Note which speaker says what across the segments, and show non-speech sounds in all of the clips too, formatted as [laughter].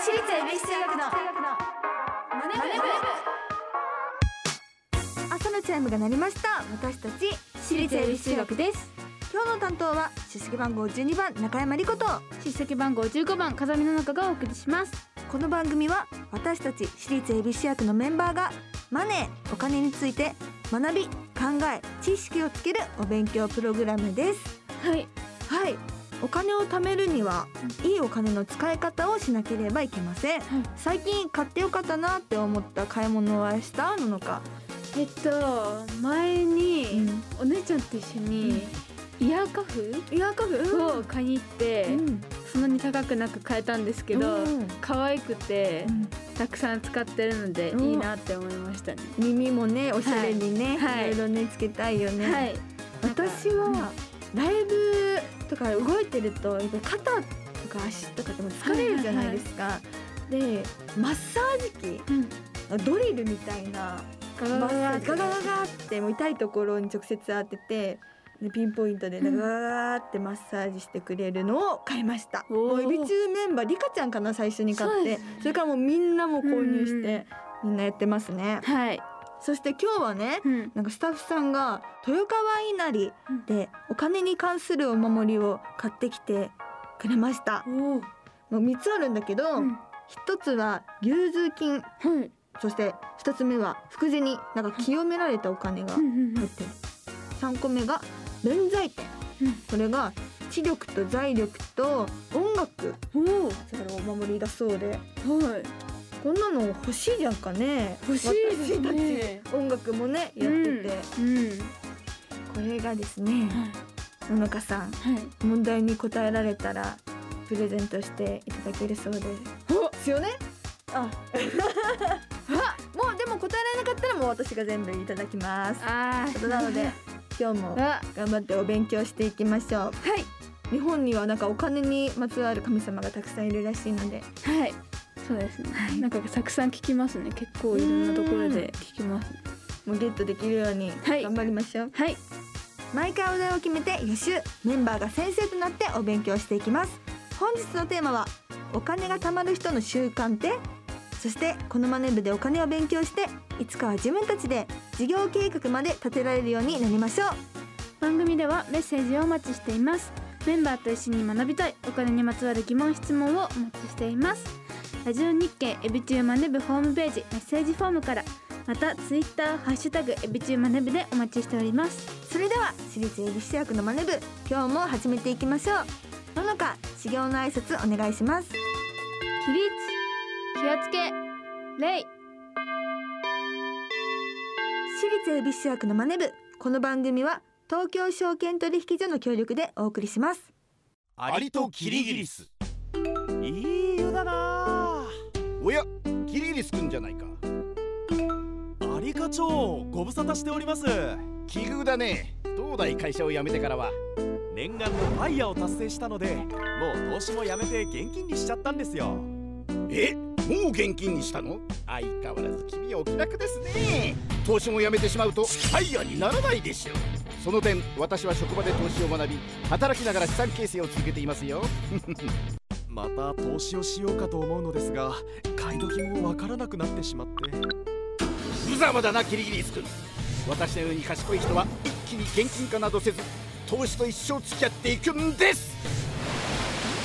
Speaker 1: 私立恵比寿中学のマネ
Speaker 2: 朝のチャイムが鳴りました私たち
Speaker 1: 私立恵比寿中学です
Speaker 2: 今日の担当は出席番号12番中山理子と
Speaker 1: 出席番号15番風見の中がお送りします
Speaker 2: この番組は私たち私立恵比寿役のメンバーがマネーお金について学び考え知識をつけるお勉強プログラムです
Speaker 1: はい
Speaker 2: はいお金を貯めるにはいいお金の使い方をしなければいけません、最近買ってよかったなって思った買い物はしたののか、
Speaker 1: えっと前に、お姉ちゃんと一緒に、イヤーカフ
Speaker 2: イヤーカフ
Speaker 1: を買いに行って、
Speaker 2: うん
Speaker 1: そんなに高くなく買えたんですけど、
Speaker 2: うん
Speaker 1: 可愛くて、
Speaker 2: うん
Speaker 1: たくさん使ってるので、
Speaker 2: うん
Speaker 1: いいなって思いましたね、
Speaker 2: 耳もねおしゃれにね、、
Speaker 1: はいい
Speaker 2: ろいろねつけたいよね、
Speaker 1: はい
Speaker 2: 私はライブとか動いてるとやっぱ肩とか足とかでも疲れるじゃないですか、でマッサージ
Speaker 1: うん
Speaker 2: 機ドリルみたいな
Speaker 1: ガ
Speaker 2: マッ
Speaker 1: ガ
Speaker 2: サー
Speaker 1: ガ
Speaker 2: ジガガガガってもう痛いところに直接当ててでピンポイントでガガガガってマッサージしてくれるのを買いましたも
Speaker 1: おー
Speaker 2: うエビ中メンバーリカちゃんかな最初に買
Speaker 1: そう
Speaker 2: っ
Speaker 1: で
Speaker 2: て
Speaker 1: す
Speaker 2: そ,、
Speaker 1: ね
Speaker 2: れからもうみんなも購入して、みんなやってますね
Speaker 1: はい、
Speaker 2: そして今日はね、
Speaker 1: うん、
Speaker 2: なんかスタッフさんが豊川稲荷でお金に関するお守りを買ってきてくれました。
Speaker 1: おお
Speaker 2: もう三つあるんだけど、一つは融通金、
Speaker 1: はい
Speaker 2: そして二つ目は福銭、なんか清められたお金が
Speaker 1: うん
Speaker 2: 入
Speaker 1: うんうん
Speaker 2: ってる。三個目が弁財天
Speaker 1: うん、
Speaker 2: これが知力と財力と音楽
Speaker 1: お
Speaker 2: それお守りだそうで、
Speaker 1: おはい
Speaker 2: こんなの欲しいじゃんかね。
Speaker 1: 欲しいです
Speaker 2: 私
Speaker 1: ね
Speaker 2: たち音楽もねやってて、
Speaker 1: うん
Speaker 2: これがですね、
Speaker 1: はい
Speaker 2: 野中さん。
Speaker 1: はい
Speaker 2: 問題に答えられたらプレゼントしていただけるそうです。ですよね。 [laughs] あ、もうでも答えられなかったらもう私が全部いただきます。
Speaker 1: あ
Speaker 2: ということなので今日も
Speaker 1: あ
Speaker 2: 頑張ってお勉強していきましょう。
Speaker 1: はい
Speaker 2: 日本にはなんかお金にまつわる神様がたくさんいるらしいので、
Speaker 1: はいそうですね、なんかたくさん聞きますね結構いろんなところで聞きますね
Speaker 2: もうゲットできるように
Speaker 1: はい
Speaker 2: 頑張りましょう。
Speaker 1: はい
Speaker 2: 毎回お題を決めて予習メンバーが先生となってお勉強していきます本日のテーマはお金が貯まる人の習慣ってそしてこのマネ部でお金を勉強していつかは自分たちで事業計画まで立てられるようになりましょう
Speaker 1: 番組ではメッセージをお待ちしていますメンバーと一緒に学びたいお金にまつわる疑問質問をお待ちしていますラジオ日経エビチューマネブホームページメッセージフォームからまたツイッターハッシュタグエビチューマネブでお待ちしております
Speaker 2: それでは私立恵比寿役のマネ部今日も始めていきましょうののか修行の挨拶お願いします
Speaker 1: 起立気をつけ礼
Speaker 2: 私立恵比寿学のマネ部この番組は東京証券取引所の協力でお送りします
Speaker 3: アリとキリギリスいい湯だな
Speaker 4: おやキリギリスくんじゃないか
Speaker 3: アリ課長ご無沙汰しております
Speaker 4: 奇遇だね東大会社を辞めてからは
Speaker 3: 念願のファイヤーを達成したのでもう投資もやめて現金にしちゃったんですよ
Speaker 4: えもう現金にしたの相変わらず君はお気楽ですね投資も辞めてしまうとファイヤーにならないでしょその点私は職場で投資を学び働きながら資産形成を続けていますよ
Speaker 3: また投資をしようかと思うのですが買い時もわからなくなってしまって
Speaker 4: 無様だなキリギリスくん私のように賢い人は一気に現金化などせず投資と一生付き合っていくんです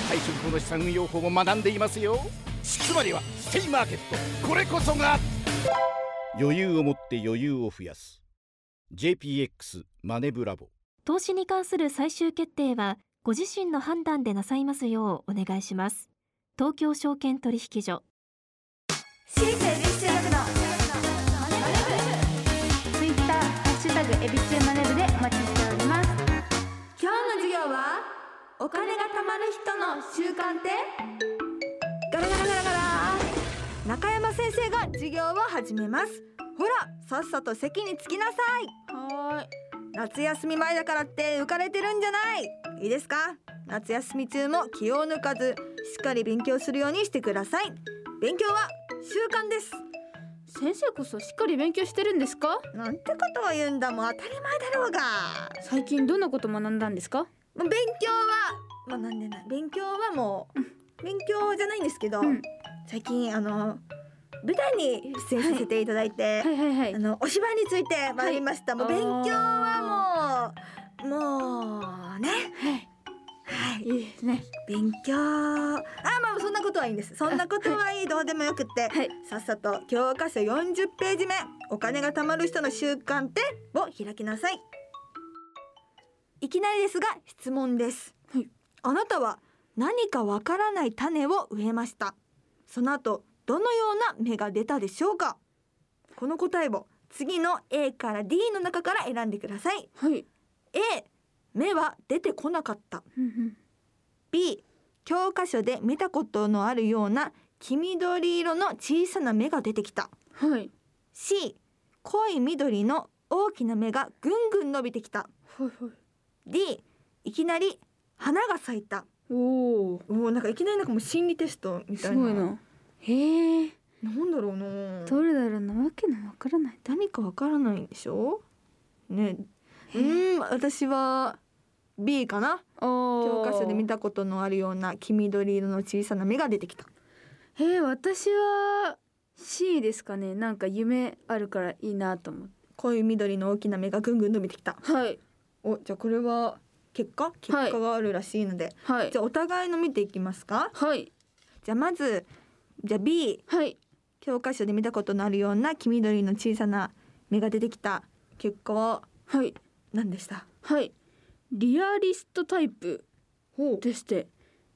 Speaker 4: 最新法の資産運用法も学んでいますよつまりはステイマーケットこれこそが余裕を持って余裕を増やす JPX マネブラボ
Speaker 5: 投資に関する最終決定はご自身の判断でなさいますようお願いします東京証券取引所
Speaker 1: 私立エビチュー学のツイッターハッシュタグエビチューマネブでお待ちしております
Speaker 2: 今日の授業はお金が貯まる人の習慣ってガラガラガラガラ中山先生が授業を始めますほらさっさと席に着きなさい
Speaker 1: は
Speaker 2: 夏休み前だからって浮かれてるんじゃないいいですか夏休み中も気を抜かずしっかり勉強するようにしてください勉強は習慣です
Speaker 1: ーい先生こそしっかり勉強してるんですか
Speaker 2: なんてことを言うんだもう当たり前だろうが
Speaker 1: 最近どんなこと学んだんですか
Speaker 2: もう勉強は学んでない勉強はもう勉強じゃないんですけど、
Speaker 1: うん
Speaker 2: 最近あの舞台に出演させていただいて、
Speaker 1: はいはいはい
Speaker 2: あのお芝居について参りました、もう勉強はもうもうね
Speaker 1: はい
Speaker 2: はい
Speaker 1: いいですね
Speaker 2: 勉強あまあそんなことはいいんですそんなことはいいどうでもよくって、
Speaker 1: はい
Speaker 2: さっさと教科書40ページ目お金が貯まる人の習慣ってを開きなさいいきなりですが質問です、
Speaker 1: はい
Speaker 2: あなたは何かわからない種を植えましたその後どのような芽が出たでしょうかこの答えを次の A から D の中から選んでください
Speaker 1: はい、
Speaker 2: A 芽は出てこなかった
Speaker 1: うんうん、
Speaker 2: B 教科書で見たことのあるような黄緑色の小さな芽が出てきた
Speaker 1: はい
Speaker 2: C 濃い緑の大きな芽がぐんぐん伸びてきた
Speaker 1: はいはい
Speaker 2: D いきなり花が咲いた
Speaker 1: おお
Speaker 2: おーなんかいきなりなんかもう心理テストみたい
Speaker 1: す
Speaker 2: な
Speaker 1: ごいなへえ
Speaker 2: なんだろうな
Speaker 1: どれだろうなわけのわからない
Speaker 2: 何かわからないんでしょねうーん私は B かな教
Speaker 1: 教
Speaker 2: 科書で見
Speaker 1: た
Speaker 2: たことのあるような黄緑色の小さな芽が出てきた
Speaker 1: へえ私は C ですかねなんか夢あるからいいなと思って
Speaker 2: 濃い緑の大きな芽がぐんぐん伸びてきた
Speaker 1: はい
Speaker 2: おじゃあこれは結果結果があるらしいので、
Speaker 1: はい
Speaker 2: じゃあお互いの見ていきますか
Speaker 1: はい
Speaker 2: じゃあまずじゃあ B
Speaker 1: はい
Speaker 2: 教科書で見たことのあるような黄緑の小さな芽が出てきた結果は
Speaker 1: はい
Speaker 2: 何でした
Speaker 1: はいリアリストタイプ
Speaker 2: ほう
Speaker 1: でして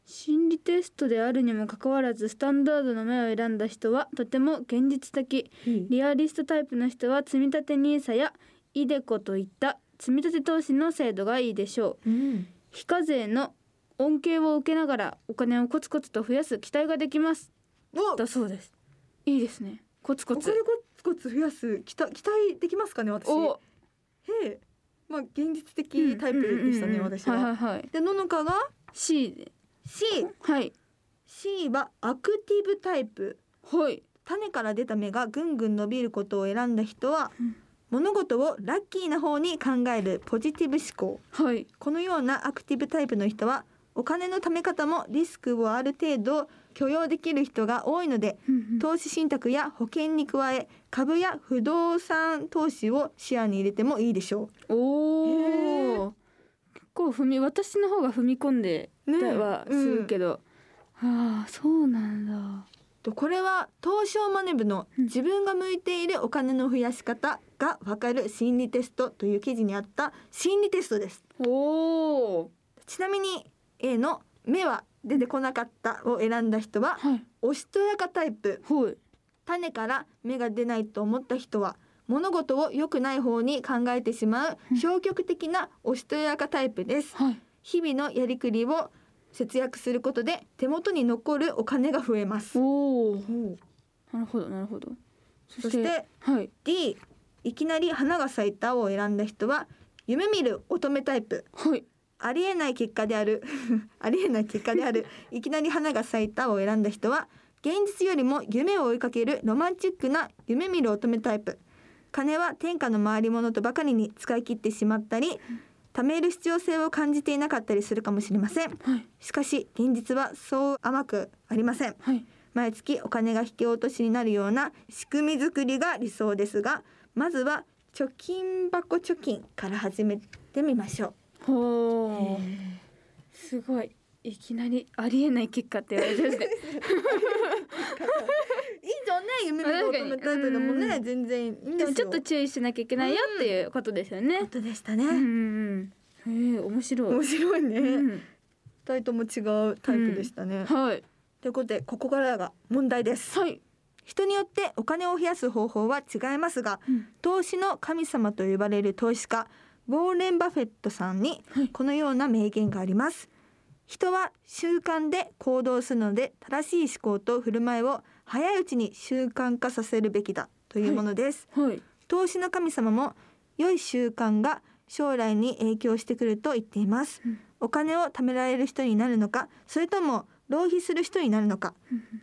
Speaker 1: 心理テストであるにもかかわらずスタンダードの目を選んだ人はとても現実的リアリストタイプの人は積立 NISA やイデコといった積立投資の制度がいいでしょう
Speaker 2: うん、
Speaker 1: 非課税の恩恵を受けながらお金をコツコツと増やす期待ができます
Speaker 2: お
Speaker 1: だそうですいいですねコツコ
Speaker 2: お金
Speaker 1: ツ
Speaker 2: コツコツ増やす期待期待できますかね私
Speaker 1: お
Speaker 2: へえまあ現実的タイプでしたね、
Speaker 1: うんうんうんうん
Speaker 2: 私は、
Speaker 1: はいはいはい
Speaker 2: でののかが
Speaker 1: C で
Speaker 2: C
Speaker 1: はい
Speaker 2: C はアクティブタイプ
Speaker 1: はい
Speaker 2: 種から出た芽がぐんぐん伸びることを選んだ人は、
Speaker 1: うん
Speaker 2: 物事をラッキーな方に考えるポジティブ思考
Speaker 1: はい
Speaker 2: このようなアクティブタイプの人はお金のため方もリスクをある程度許容できる人が多いので投資信託や保険に加え株や不動産投資を視野に入れてもいいでしょ
Speaker 1: おお結構踏み私の方が踏み込んで
Speaker 2: ね
Speaker 1: はするけど、ああそうなんだ
Speaker 2: うとこれは投資を学ぶの
Speaker 1: うん
Speaker 2: 自分が向いているお金の増やし方がわかる心理テストという記事にあった心理テストです
Speaker 1: おお
Speaker 2: ちなみに A の「目は出てこなかった」を選んだ人は
Speaker 1: はい
Speaker 2: おしとやかタイプ
Speaker 1: はい
Speaker 2: 種から芽が出ないと思った人は物事を良くない方に考えてしまう消極的なおしとやかタイプです
Speaker 1: はい
Speaker 2: 日々のやりくりを節約することで手元に残るお金が増えます
Speaker 1: おおなるほどなるほどそ
Speaker 2: そして
Speaker 1: はい
Speaker 2: D いきなり花が咲いたを選んだ人は夢見る乙女タイプ
Speaker 1: はい
Speaker 2: ありえない結果である [laughs] ありえない結果であるいきなり花が咲いたを選んだ人は現実よりも夢を追いかけるロマンチックな夢見る乙女タイプ金は天下の回り物とばかりに使い切ってしまったり貯める必要性を感じていなかったりするかもしれません
Speaker 1: はい
Speaker 2: しかし現実はそう甘くありません
Speaker 1: はい
Speaker 2: 毎月お金が引き落としになるような仕組み作りが理想ですがまずは貯金箱貯金から始めてみましょう
Speaker 1: ほーすごいいきなりありえない結果って言われて [laughs] ですね
Speaker 2: いいじゃんね夢見る乙女タイプでも
Speaker 1: 確かに
Speaker 2: ね
Speaker 1: う
Speaker 2: 全然いいんですよ
Speaker 1: でもちょっと注意しなきゃいけないよっていうことですよね
Speaker 2: 本当でした
Speaker 1: うん
Speaker 2: ね、
Speaker 1: うんうんへえ面白い
Speaker 2: 面白いね、
Speaker 1: うん
Speaker 2: 二人とも違うタイプでしたね、
Speaker 1: はい
Speaker 2: ということでここからが問題です
Speaker 1: はい
Speaker 2: 人によってお金を増やす方法は違いますが
Speaker 1: うん
Speaker 2: 投資の神様と呼ばれる投資家ウォーレン・バフェットさんに
Speaker 1: はい
Speaker 2: このような名言があります人は習慣で行動するので正しい思考と振る舞いを早いうちに習慣化させるべきだというものです、
Speaker 1: はい
Speaker 2: 投資の神様も良い習慣が将来に影響してくると言っています、
Speaker 1: うん
Speaker 2: お金を貯められる人になるのかそれとも浪費する人になるのか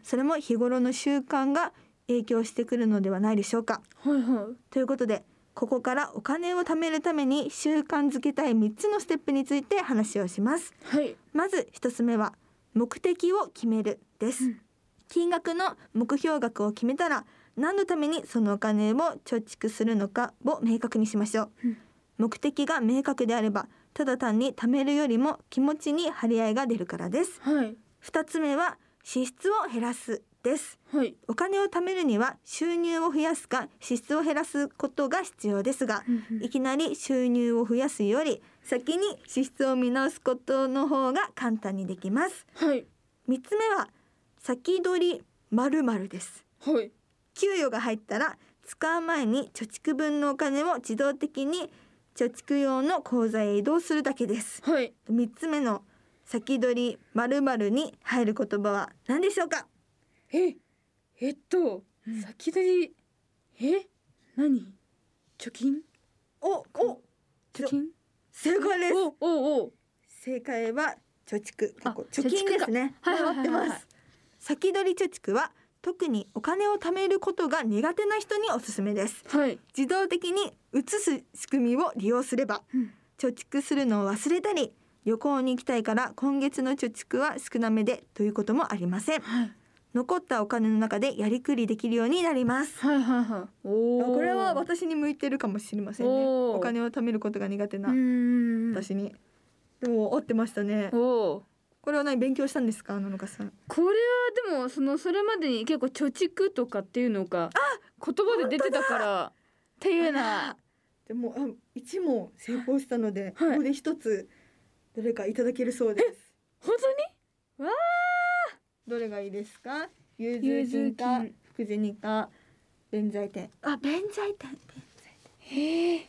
Speaker 2: それも日頃の習慣が影響してくるのではないでしょうか
Speaker 1: はいはい
Speaker 2: ということでここからお金を貯めるために習慣づけたい3つのステップについて話をします
Speaker 1: はい
Speaker 2: まず1つ目は目的を決めるです、
Speaker 1: うん
Speaker 2: 金額の目標額を決めたら何のためにそのお金を貯蓄するのかを明確にしましょう、
Speaker 1: うん
Speaker 2: 目的が明確であればただ単に貯めるよりも気持ちに張り合いが出るからです
Speaker 1: はい
Speaker 2: 二つ目は支出を減らすです
Speaker 1: はい
Speaker 2: お金を貯めるには収入を増やすか支出を減らすことが必要ですが
Speaker 1: うんうん
Speaker 2: いきなり収入を増やすより先に支出を見直すことの方が簡単にできます
Speaker 1: はい
Speaker 2: 三つ目は先取り〇〇です
Speaker 1: はい
Speaker 2: 給与が入ったら使う前に貯蓄分のお金を自動的に貯蓄用の口座へ移動するだけです
Speaker 1: はい
Speaker 2: 三つ目の先取り〇〇に入る言葉は何でしょうか
Speaker 1: ええっと、先取りえ何貯金
Speaker 2: おお
Speaker 1: 貯金
Speaker 2: 正解です
Speaker 1: おおお
Speaker 2: 正解は貯蓄過
Speaker 1: あ
Speaker 2: 去貯金ですね
Speaker 1: 貯蓄かはいはいは
Speaker 2: 回
Speaker 1: いはい
Speaker 2: ってます先取り貯蓄は特にお金を貯めることが苦手な人におすすめです
Speaker 1: はい
Speaker 2: 自動的に移す仕組みを利用すれば、
Speaker 1: うん
Speaker 2: 貯蓄するのを忘れたり旅行に行きたいから今月の貯蓄は少なめでということもありません
Speaker 1: はい
Speaker 2: 残ったお金の中でやりくりできるようになります
Speaker 1: はいはいはいおお
Speaker 2: これは私に向いてるかもしれませんね
Speaker 1: おー
Speaker 2: お金を貯めることが苦手
Speaker 1: う
Speaker 2: なん
Speaker 1: うんうん
Speaker 2: 私にでも合ってましたね
Speaker 1: おお
Speaker 2: これは何勉強したんですか野中さん
Speaker 1: これはでもそのそれまでに結構貯蓄とかっていうのが言葉で出てたからっていうような
Speaker 2: でもあ一問成功したので、
Speaker 1: はい
Speaker 2: ここで一つどれかいただけるそうです
Speaker 1: 本当にわ
Speaker 2: [laughs] どれがいいですか融通金か
Speaker 1: 融通金
Speaker 2: 福銭か弁財天あ弁財天
Speaker 1: ーへえ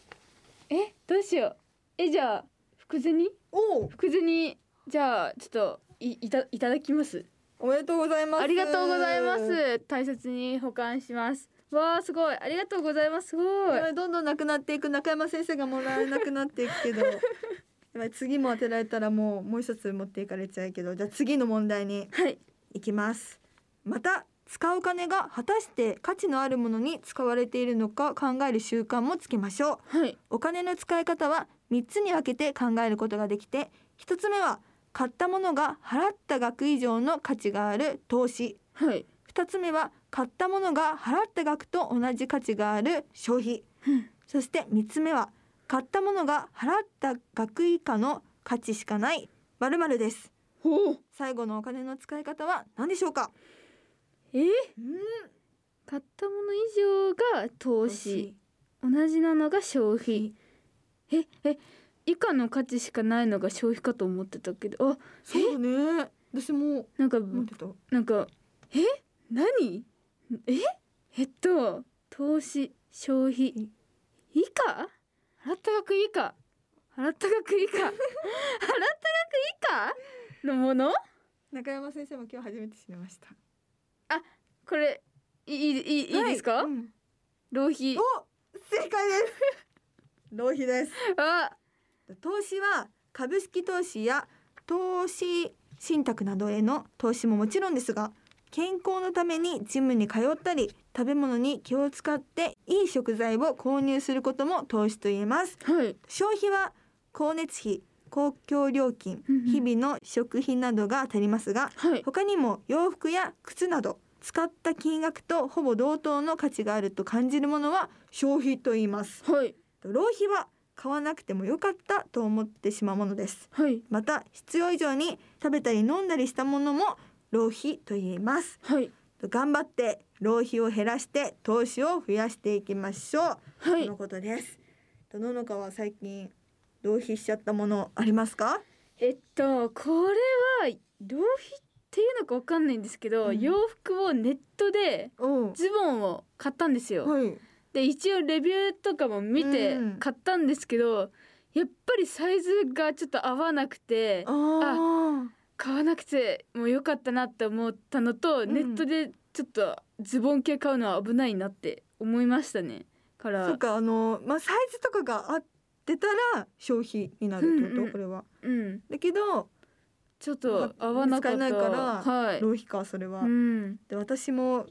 Speaker 1: えどうしようえじゃあ福銭
Speaker 2: おお
Speaker 1: 福銭じゃあちょっといいたいただきます
Speaker 2: おめでとうございます
Speaker 1: ありがとうございます大切に保管しますわあすごいありがとうございますすごい
Speaker 2: これどんどんなくなっていく中山先生がもらえなくなっていくけどやばい次も当てられたらもうもう一つ持っていかれちゃうけどじゃあ次の問題に
Speaker 1: はい
Speaker 2: いきますまた使うお金が果たして価値のあるものに使われているのか考える習慣もつけましょう
Speaker 1: はい
Speaker 2: お金の使い方は3つに分けて考えることができて1つ目は買ったものが払った額以上の価値がある投資
Speaker 1: はい
Speaker 2: 2つ目は買ったものが払った額と同じ価値がある消費
Speaker 1: うん
Speaker 2: そして3つ目は買ったものが払った額以下の価値しかない〇〇です
Speaker 1: ほう
Speaker 2: 最後のお金の使い方は何でしょうか
Speaker 1: え買ったもの以上が投資同じなのが消費ええ以下の価値しかないのが消費かと思ってたけどあ
Speaker 2: そうね私も
Speaker 1: なんか
Speaker 2: 思ってた
Speaker 1: なんかえ何ええっと投資消費以下払った額以下払った額以下払った額以下のもの
Speaker 2: 中山先生も今日初めて知りました
Speaker 1: これいいいいいいですか、
Speaker 2: はうん
Speaker 1: 浪費
Speaker 2: お正解です浪費です
Speaker 1: あ
Speaker 2: 投資は株式投資や投資信託などへの投資ももちろんですが健康のためにジムに通ったり食べ物に気を使っていい食材を購入することも投資と言えます
Speaker 1: はい
Speaker 2: 消費は光熱費公共料金
Speaker 1: うんうん
Speaker 2: 日々の食品などが当たりますが
Speaker 1: はい
Speaker 2: 他にも洋服や靴など使った金額とほぼ同等の価値があると感じるものは消費と言います
Speaker 1: はい
Speaker 2: 浪費は買わなくてもよかったと思ってしまうものです
Speaker 1: はい
Speaker 2: また必要以上に食べたり飲んだりしたものも浪費と言います
Speaker 1: はい
Speaker 2: 頑張って浪費を減らして投資を増やしていきましょう、
Speaker 1: は
Speaker 2: と
Speaker 1: い
Speaker 2: のことです野中は最近浪費しちゃったものありますか
Speaker 1: えっとこれは浪費っていうのかわかんないんですけど、
Speaker 2: うん
Speaker 1: 洋服をネットで
Speaker 2: うん
Speaker 1: ズボンを買ったんですよ。
Speaker 2: はい
Speaker 1: で一応レビューとかも見て
Speaker 2: うん
Speaker 1: 買ったんですけど、やっぱりサイズがちょっと合わなくて
Speaker 2: あー
Speaker 1: 買わなくてもよかったなって思ったのと、
Speaker 2: ん
Speaker 1: ネットでちょっとズボン系買うのは危ないなって思いましたね。か
Speaker 2: そ
Speaker 1: ら
Speaker 2: っかあのまあサイズとかが合ってたら消費になるってこと、
Speaker 1: うんうん
Speaker 2: これは
Speaker 1: うん
Speaker 2: だけど
Speaker 1: ちょっと合わなかった
Speaker 2: 使えないから
Speaker 1: はい、
Speaker 2: 浪費かそれは、
Speaker 1: うん、
Speaker 2: で私も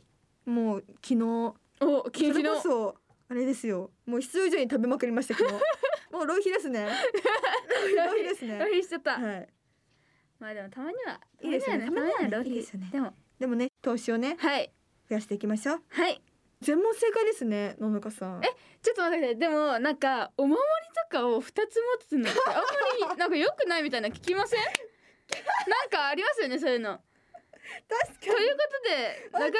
Speaker 2: もう昨日
Speaker 1: お
Speaker 2: そ
Speaker 1: 近
Speaker 2: れ
Speaker 1: 畿の
Speaker 2: こそあれですよもう必要以上に食べまくりました
Speaker 1: [laughs]
Speaker 2: けどもう浪費ですね浪費です
Speaker 1: 浪
Speaker 2: ね
Speaker 1: 費しちゃった。
Speaker 2: はい
Speaker 1: まあでもたまにはい
Speaker 2: いですよね
Speaker 1: たまには
Speaker 2: たまにはね
Speaker 1: 浪費
Speaker 2: いいですよね
Speaker 1: でも
Speaker 2: でもね投資をね
Speaker 1: はい
Speaker 2: 増やしていきましょう
Speaker 1: はい
Speaker 2: 全問正解ですね野中さん
Speaker 1: えちょっと待ってくださいでもなんかお守りとかを2つ持つのってあんまりなんか良くないみたいなの聞きま
Speaker 2: [laughs]
Speaker 1: せんなんかありますよねそういうの
Speaker 2: 確
Speaker 1: ということで中山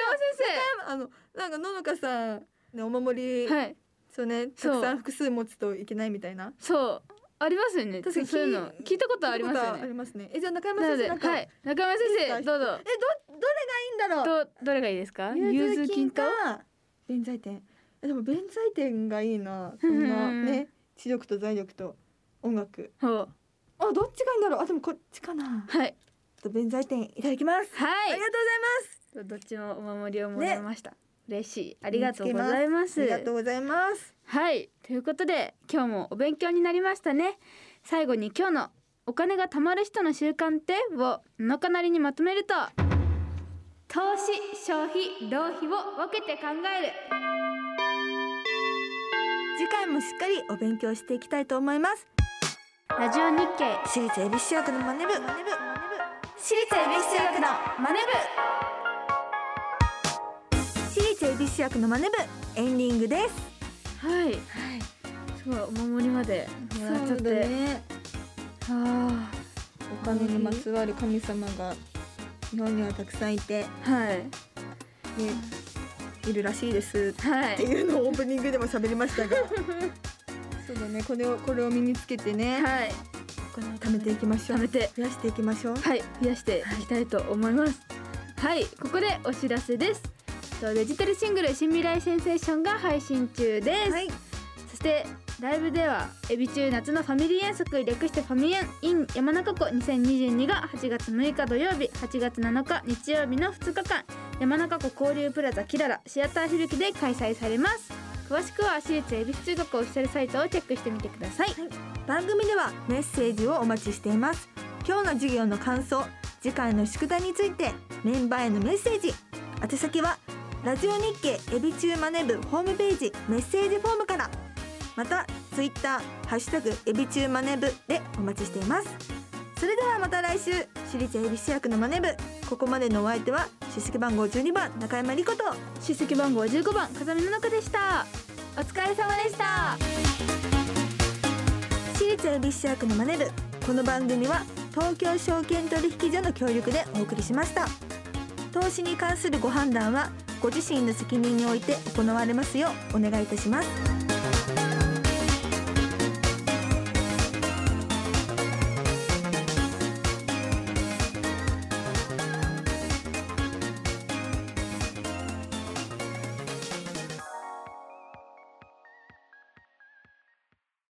Speaker 2: あのなんか野中さんねお守り、
Speaker 1: 先生はい
Speaker 2: そうねた
Speaker 1: そう
Speaker 2: くさん複数持つといけないみたいな
Speaker 1: そうありますよね
Speaker 2: 確かに
Speaker 1: そういうの聞いたことあります
Speaker 2: 聞いた
Speaker 1: よ
Speaker 2: ことあ
Speaker 1: ね
Speaker 2: りますねえじゃあ中山
Speaker 1: なの
Speaker 2: 先生
Speaker 1: で
Speaker 2: なんか、
Speaker 1: はい中山先生どうぞ
Speaker 2: えどどれがいいんだろう
Speaker 1: どどれがいいですか
Speaker 2: 融通金
Speaker 1: 金
Speaker 2: か弁財天えでも弁財天がいいなこん
Speaker 1: う
Speaker 2: なんね知力と財力と音楽
Speaker 1: ほう
Speaker 2: あどっちがいいんだろうあでもこっちかな
Speaker 1: はい
Speaker 2: ちょっと弁財天いただきます、
Speaker 1: はい
Speaker 2: ありがとう
Speaker 1: どっちもお守りをもらいました、嬉しいありがとうご
Speaker 2: 見つけます
Speaker 1: ざいま
Speaker 2: ございます
Speaker 1: す
Speaker 2: ありがとうございます
Speaker 1: はいということで今日もお勉強になりましたね最後に今日のお金が貯まる人の習慣ってをのかなりにまとめると投資消費浪費を分けて考える
Speaker 2: 次回もしっかりお勉強していきたいと思います
Speaker 1: ラジオ日経
Speaker 2: 私立恵比寿中学のマネ部マネ部
Speaker 1: 私立恵比寿中学のマネ
Speaker 2: 私立恵比寿中学のマネ部エンディングです
Speaker 1: 部はい、はい、すごいお守りまでもらっちゃって、
Speaker 2: ね
Speaker 1: あ
Speaker 2: お金にまつわる神様が日本にはたくさんいて、
Speaker 1: ーはい
Speaker 2: ね、いるらしいです
Speaker 1: は
Speaker 2: って
Speaker 1: い
Speaker 2: いうのをオープニングでも喋りましたが [laughs] そうだねこれをこれを身につけてね、
Speaker 1: はい
Speaker 2: 貯めていきましょ
Speaker 1: 貯
Speaker 2: う
Speaker 1: めて
Speaker 2: 増やしていきましょう
Speaker 1: はい、増やしていきたいと思います。はい、ここでお知らせです。とデジタルシングル新未来センセーションが配信中です。
Speaker 2: はい
Speaker 1: そしてライブではエビ中夏のファミリー遠足略してファミエン in 山中湖2022が8月6日土曜日8月7日日曜日の2日間山中湖交流プラザキララシアターひるきで開催されます詳しくは私立恵比寿中学オフィシャルサイトをチェックしてみてください
Speaker 2: 番組ではメッセージをお待ちしています今日の授業の感想次回の宿題についてメンバーへのメッセージ宛先はラジオ日経エビチューマネブホームページメッセージフォームからまたツイッターハッシュタグエビチューマネブでお待ちしていますそれではまた来週私立恵比寿役のマネブここまでのお相手は出席番号12番中山莉子と
Speaker 1: 出席番号15番風見の中でしたお疲れ様でした
Speaker 2: 私立恵比寿役のマネブこの番組は東京証券取引所の協力でお送りしました投資に関するご判断はご自身の責任において行われますようお願いいたします